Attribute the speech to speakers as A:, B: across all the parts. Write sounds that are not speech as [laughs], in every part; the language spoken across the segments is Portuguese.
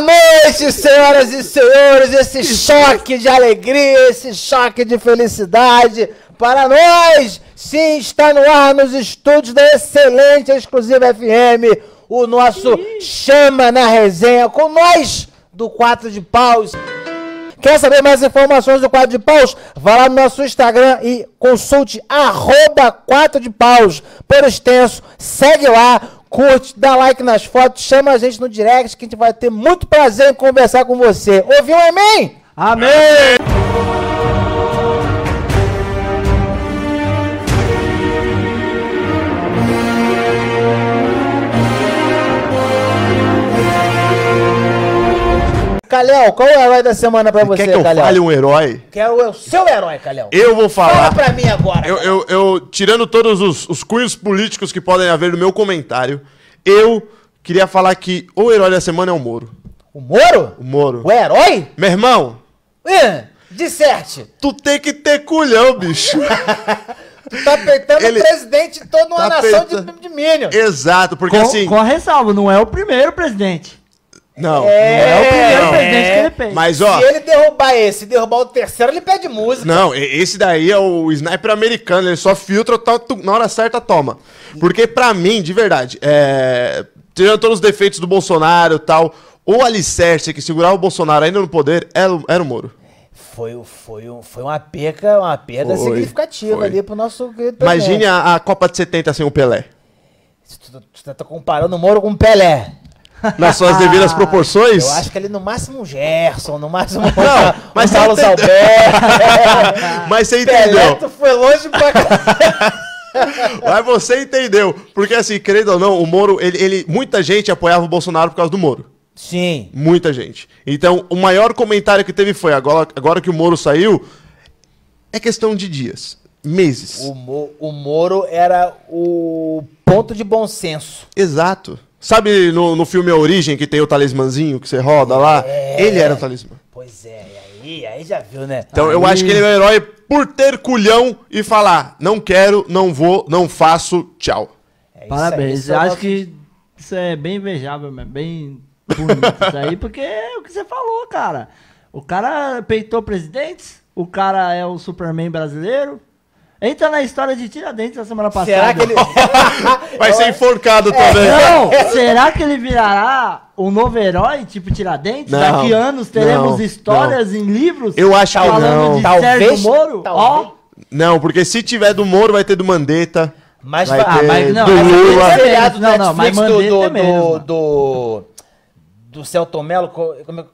A: noite, senhoras e senhores. Esse choque de alegria, esse choque de felicidade para nós. Sim, está no ar nos estúdios da excelente Exclusiva FM. O nosso Chama na Resenha com nós do Quatro de Paus. Quer saber mais informações do Quatro de Paus? Vá lá no nosso Instagram e consulte arroba 4 de Paus por extenso. Segue lá, curte, dá like nas fotos, chama a gente no direct que a gente vai ter muito prazer em conversar com você. Ouviu, amém?
B: Amém!
A: Calhão, qual é o herói da semana pra você,
C: Quer que eu
A: Calhão?
C: fale um herói?
A: Quero o seu herói, Calhão.
C: Eu vou
A: Fala
C: falar.
A: pra mim agora.
C: Eu, eu- eu- tirando todos os, os cunhos políticos que podem haver no meu comentário, eu queria falar que o herói da semana é o Moro.
A: O Moro?
C: O Moro.
A: O herói?
C: Meu irmão,
A: Hã, Disserte.
C: tu tem que ter culhão,
A: [laughs]
C: bicho.
A: Tu tá apertando
C: Ele-
A: o presidente de toda uma
C: Tá
A: nação de,
C: apertando.
A: de Minion.
C: Exato, porque
B: Com,
C: assim.
B: com a ressalva, não é o primeiro presidente.
C: Não.
B: Não é o primeiro
C: não.
B: presidente que ele fez.
C: Mas ó.
A: Se ele derrubar esse, derrubar o terceiro, ele pede música.
C: Não, e- esse daí é o sniper americano, ele só filtra tá, tu- na hora certa toma. Porque pra mim, de verdade, é, tirando todos os defeitos do Bolsonaro e tal, o alicerce que segurava o Bolsonaro ainda no poder era, o- era o Moro.
A: Foi, o- foi, um- foi uma perca, uma perda
C: Foi,
A: significativa
C: foi.
A: ali pro nosso querido presidente.
C: Imagine a, a Copa de 70 sem o Pelé.
A: Se Tu, tu tá- tá comparando o Moro com o Pelé.
C: Nas
A: [laughs]
C: suas devidas proporções.
A: Ah, Eu acho que ali no máximo um Gerson, no máximo um,
C: Não, mas
A: um Carlos
C: você entendeu. [laughs]
A: Alberto.
C: Mas você
A: tá. Pelé,
C: entendeu.
A: tu foi longe pra caralho.
C: Mas você entendeu. Porque assim, querendo ou não, o Moro, ele- ele, muita gente apoiava o Bolsonaro por causa do Moro.
A: Sim.
C: Muita gente. Então, o maior comentário que teve foi: agora, agora que o Moro saiu, é questão de dias, meses.
A: O, Mo- o Moro era o ponto de bom senso.
C: Exato. Sabe no, no filme A Origem que tem o talismãzinho que você roda lá?
B: É.
C: Ele era o
B: Tá
C: talismã.
A: Pois é, e aí, aí já viu, né?
C: Então, eu acho que ele é um herói por ter culhão e falar: não quero, não vou, não faço, tchau.
A: É isso aí,
B: Parabéns.
A: isso é
B: Eu
A: uma-
B: acho que isso é bem invejável, mas bem bonito isso aí, porque é o que você falou, cara. O cara peitou presidentes, o cara é o Superman brasileiro. Entra na história de Tiradentes da semana passada.
A: Será que ele.
B: Ah,
C: [laughs] Vai ser enforcado
B: É.
C: também.
B: Não! Será que ele virará um novo herói, tipo Tiradentes?
C: Não,
B: Daqui anos teremos
C: não,
B: histórias em livros
C: Eu acho que
B: falando
C: não.
B: de
A: Talvez-
B: Sérgio Moro?
A: talvez.
B: Ó,
C: Não, porque se tiver do Moro, vai ter do Mandetta.
A: Mas
C: vai
A: fa-
C: ter
B: ah, mas não,
C: do
B: mas-
C: Lula.
B: Mas-
A: seriado
B: é Não, não,
A: Netflix
B: mas
A: do,
B: Mandetta
A: do,
B: é mesmo.
A: do, do, do Celton Mello, co- como, é- como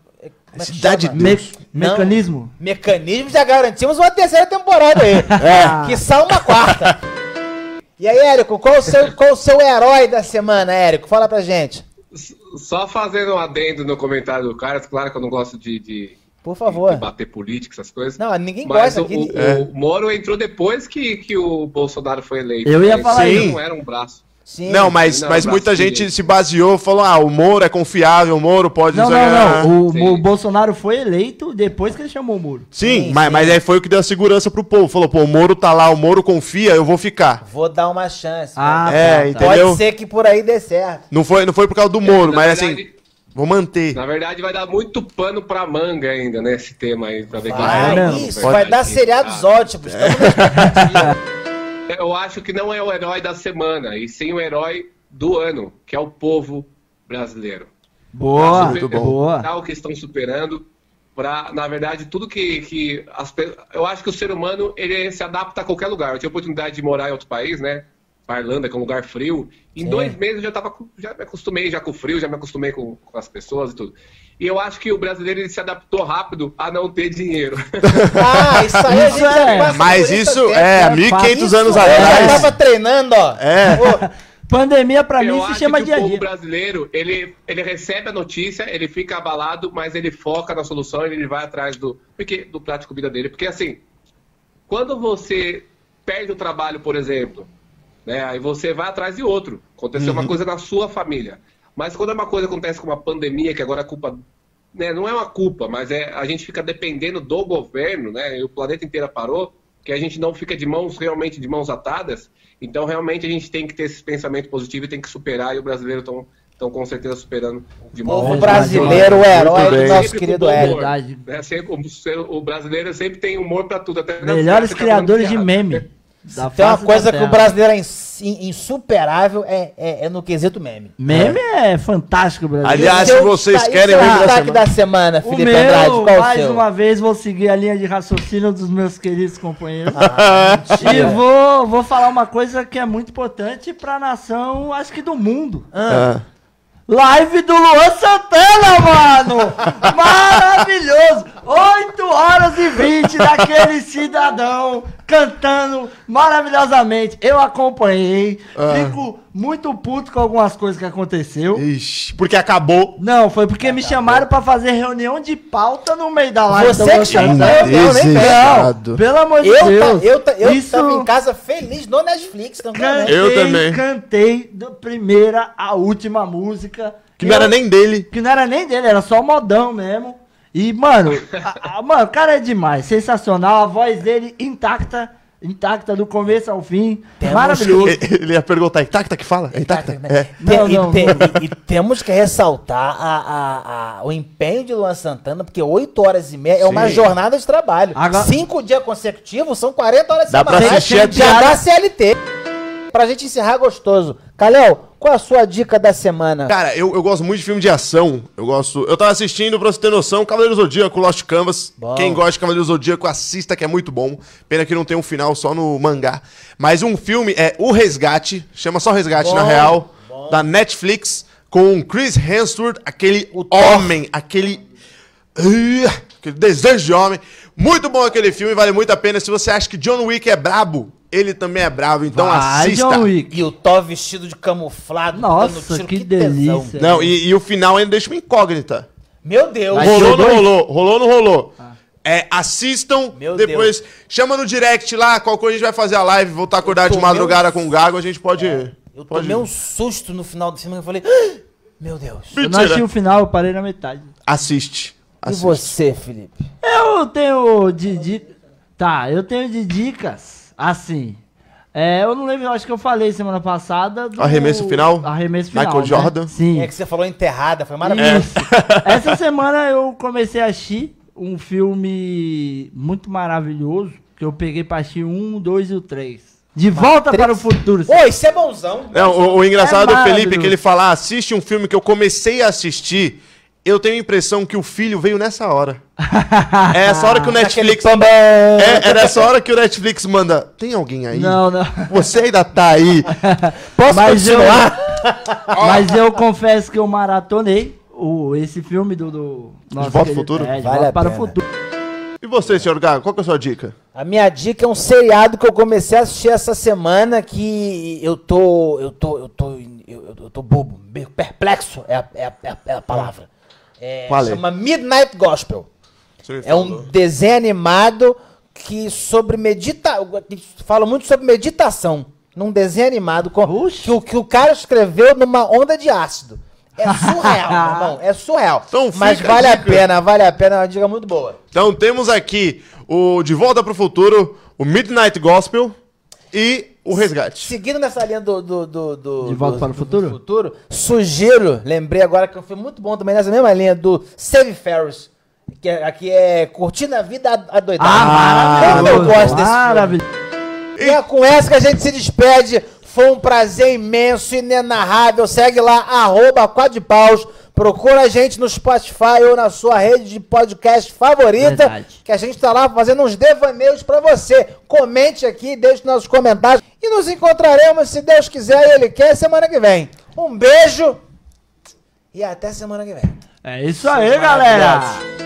A: é que
C: Cidade
A: chama?
C: do-
B: me-
C: Deus.
A: Não.
B: mecanismo?
A: Mecanismo, já garantimos uma terceira temporada
C: [laughs]
A: aí.
B: É.
A: Que só uma quarta. E aí, Érico, qual o, seu, qual o seu herói da semana, Érico? Fala pra gente.
D: Só fazendo um adendo no comentário do Carlos, claro que eu não gosto de, de-
A: Por
D: de
A: favor.
D: bater política, essas coisas.
A: Não, ninguém
D: mas
A: gosta
D: o,
A: aqui.
D: o- é.
B: É.
A: de-
D: o Moro entrou depois que, que o Bolsonaro foi eleito.
B: Eu ia
D: Mas
B: falar
D: ele
C: isso.
D: Não era um braço.
A: Sim.
C: Não, mas,
D: Não,
C: mas
D: pra
C: muita
D: sim.
C: gente se baseou, falou: ah, o Moro é confiável, o Moro pode.
B: Não, não, não. O- O,
D: Sim.
B: Bolsonaro foi eleito depois que ele chamou o Moro.
C: Sim,
A: Sim,
C: mas,
A: sim.
C: mas aí foi o que deu a segurança pro povo. Falou, pô, o Moro tá lá, o Moro confia, eu vou ficar.
A: Vou dar uma chance.
B: Ah,
C: é,
B: tá, tá.
A: Pode
C: entendeu?
A: ser que por aí dê certo.
C: Não foi, não foi por causa do Moro,
D: na
C: mas assim,
D: verdade-
C: vou manter.
D: Na verdade, vai dar muito pano pra manga ainda, né? Esse tema aí, pra ver né? como
A: Vai,
B: não,
A: isso,
C: É pode- É.
A: vai dar seriados ótimos. Estamos
D: Ah, Eu acho que não é o herói da semana, e sim o herói do ano, que é o povo brasileiro.
B: Boa,
D: Tá Super-
B: muito boa.
D: tal que estão superando para na verdade tudo que, que as pe- eu acho que o ser humano ele se adapta a qualquer lugar eu tive a oportunidade de morar em outro país né a Irlanda que é um lugar frio em
B: É.
A: Sim.
D: dois meses eu já tava com- já me acostumei já com o frio já me acostumei com, com as pessoas e tudo e eu acho que o brasileiro ele se adaptou rápido a não ter dinheiro
A: Ah, isso aí a gente
B: Isso
A: já
B: é.
A: passa
C: Mas
A: por
C: isso
A: há
C: é
A: tempo, né?
C: 1500 anos
A: Isso, Eu já
C: atrás.
A: tava treinando, ó.
C: É.
A: Pô,
B: Pandemia [laughs] pra
D: eu
B: mim se
D: acho
B: chama
D: que
B: dia a
D: o povo
B: dia.
D: brasileiro ele ele recebe a notícia ele fica abalado mas ele foca na solução e ele vai atrás do porque do prato de comida dele porque assim quando você perde o trabalho, por exemplo, né, aí você vai atrás de outro. Aconteceu uma coisa na sua família. Mas quando uma coisa acontece com uma pandemia, que agora a culpa. Né, não é uma culpa, mas é a gente fica dependendo do governo, né? E o planeta inteiro parou, que a gente não fica de mãos realmente de mãos atadas. Então realmente a gente tem que ter esse pensamento positivo e tem que superar, e o brasileiro tão, estão com certeza superando de
A: Povo
B: Verdade,
A: brasileiro, É, o
C: muito
A: herói do
C: bem.
A: nosso
D: Sempre
A: querido
D: com
A: Hélio.
D: humor.
B: Verdade.
D: É, sempre- o, o brasileiro sempre tem humor pra tudo. Até nas
B: Melhores
D: festas, tá falando
B: criadores de
D: piada.
B: meme. da
A: Tem uma
B: face da
A: coisa que o
B: terra.
A: brasileiro é ins- in- insuperável, é, é, é no quesito meme.
B: Meme é, fantástico, brasileiro.
C: Aliás,
A: Seu
C: se vocês
A: destaque-
C: querem
A: seu
C: meme da
A: é destaque da semana,
B: O
A: Felipe Andrade,
B: meu,
A: qual é o
B: mais
A: seu?
B: uma vez, vou seguir a linha de raciocínio dos meus
A: [laughs]
B: queridos companheiros. e
A: Mentira.
B: vou, vou falar uma coisa que é muito importante pra nação, acho que do mundo.
C: Ah.
B: Live do Luan Santana,
A: [laughs]
B: mano! Maravilhoso! 8 horas e
A: [laughs]
B: 20 daquele cidadão cantando maravilhosamente. Eu acompanhei,
A: Ah.
B: fico muito puto com algumas coisas que aconteceu.
C: Ixi, porque acabou.
B: Não, foi porque me chamaram pra fazer reunião de pauta no meio da live.
A: Você
B: do Luan
A: que chamou,
B: Santana.
A: eu não, nem
C: Desejado.
B: Pelo amor de
A: Eu, ta-
B: Deus.
A: eu, ta- eu
B: Isso-
A: tava em casa feliz no Netflix também.
B: Cantei,
A: né?
C: Eu também.
B: cantei da primeira à última música.
C: Que não era
B: Eu-
C: nem dele.
B: Que não era nem dele, era só modão mesmo. E, mano, a- a- mano, o cara é demais, sensacional. A voz dele intacta, intacta do começo ao fim.
A: Temos-
B: maravilhoso.
C: Ele [laughs] ele ia perguntar, intacta que fala? É intacta? É.
A: Tá, né? Tem-
B: Não,
A: e,
B: não,
A: tem- e- e temos que ressaltar a- a- a- o empenho de Luan Santana, porque 8 horas e meia é uma
C: Sim.
A: jornada de trabalho.
B: Agora-
A: Cinco dias consecutivos são 40 horas
C: Dá pra
A: semanais.
C: assistir a
A: Já
C: piada.
A: dá CLT. Pra gente encerrar gostoso. Calel, qual a sua dica da semana?
C: Cara, eu, eu gosto muito de filme de ação. Eu gosto. Eu tava assistindo, pra você ter noção, Cavaleiro Zodíaco, Lost Canvas.
A: Bom.
C: Quem gosta de Cavaleiro Zodíaco, assista, que é muito bom. Pena que não tem um final só no mangá. Mas um filme é O Resgate, chama só Resgate, na real, da Netflix, com Chris Hemsworth, aquele homem, aquele. Ih, Aquele desejo de homem. Muito bom aquele filme, vale muito a pena. Se você acha que John Wick é brabo, ele também é brabo, então
B: Vai,
C: assista.
B: John Wick.
A: E o Thor vestido de camuflado, dando
B: Nossa,
A: tiro,
B: que,
A: tesão.
B: delícia.
C: Não, e, e o final ainda deixa uma incógnita.
A: Meu Deus.
B: Vai
C: Rolou ou
B: Jogou
C: não
B: em-
C: rolou? Rolou ou não rolou? É, assistam,
A: Ah. Meu
C: depois chama no direct lá, qual coisa a gente vai fazer a live, voltar a acordar de
A: tomei
C: madrugada
A: um-
C: com o Gago, a gente pode...
A: Eu
C: pode...
A: tomei um susto no final do filme que eu falei, "Ah, meu Deus.
B: eu não achei
C: Mentira.
B: o final, eu parei na metade.
C: né? Assiste.
A: E
C: Assiste.
A: você, Felipe?
B: Eu tenho de dicas. Tá, eu tenho de dicas. Assim. É, eu não lembro, eu acho que eu falei semana passada. do-
C: Arremesso final?
B: Arremesso final.
C: Michael
B: né?
C: Jordan?
B: Sim.
A: É que você falou enterrada, foi maravilhoso.
B: Isso.
A: É.
B: [laughs] Essa semana eu comecei a assistir um filme muito maravilhoso. Que eu peguei pra assistir um, dois e o três. De volta para o futuro.
A: Ô, isso é bonzão.
C: Não, o, o engraçado do
B: É
C: Felipe é
B: maravilhoso.
C: que ele fala, "Ah, assiste um filme que eu comecei a assistir, eu tenho a impressão que o filho veio nessa
B: [laughs]
C: hora. É essa hora
B: Tá
C: que o Netflix... É, é nessa hora que o Netflix manda, tem alguém aí?
B: Não, não.
C: Você ainda tá aí?
A: Posso
B: Mas eu-
A: continuar?
B: Mas eu confesso que eu maratonei o, esse filme do. do nosso
C: Volta ao
B: querido-
C: Futuro?
B: É, de
A: Vale
B: Volta
A: a
B: para o
A: pena.
B: futuro.
C: E você, senhor Gago, qual que é a sua dica?
A: A minha dica é um seriado que eu comecei a assistir essa semana que eu tô. Eu tô. Eu tô. Eu, eu tô bobo, meio perplexo é a, é a- é a- é a palavra. É,
C: Qual é?
A: Chama Midnight Gospel. É um desenho animado que sobre medita, que fala muito sobre meditação. Num desenho animado com,
B: Oxe.
A: que, o- que o cara escreveu numa onda de ácido.
B: [laughs]
A: É surreal, meu irmão. É surreal.
C: Então
A: Mas
C: fica a
A: vale a,
C: dica.
A: pena, vale a pena. É uma dica muito boa.
C: Então temos aqui o De Volta pro Futuro, o Midnight Gospel e o Resgate.
A: Seguindo nessa linha do. do, do, do-
B: De Volta
A: do-
B: para o
A: do
B: Futuro?
A: futuro, sugiro, lembrei agora que eu fui muito bom também nessa mesma linha do Save Ferris. Que é- aqui é Curtindo a Vida Adoidada. Como Ah, eu gosto desse filme.
B: Ah, Maravilhoso.
A: E é com essa que a gente se despede. Foi um prazer imenso, inenarrável. Segue lá, arroba Quadpaus. Procura a gente no Spotify ou na sua rede de podcast favorita.
B: Verdade.
A: Que a gente tá lá fazendo uns devaneios pra você. Comente aqui, deixe nossos comentários. E nos encontraremos, se Deus quiser e Ele quer, semana que vem. Um beijo e até semana que vem.
B: É isso aí, galera.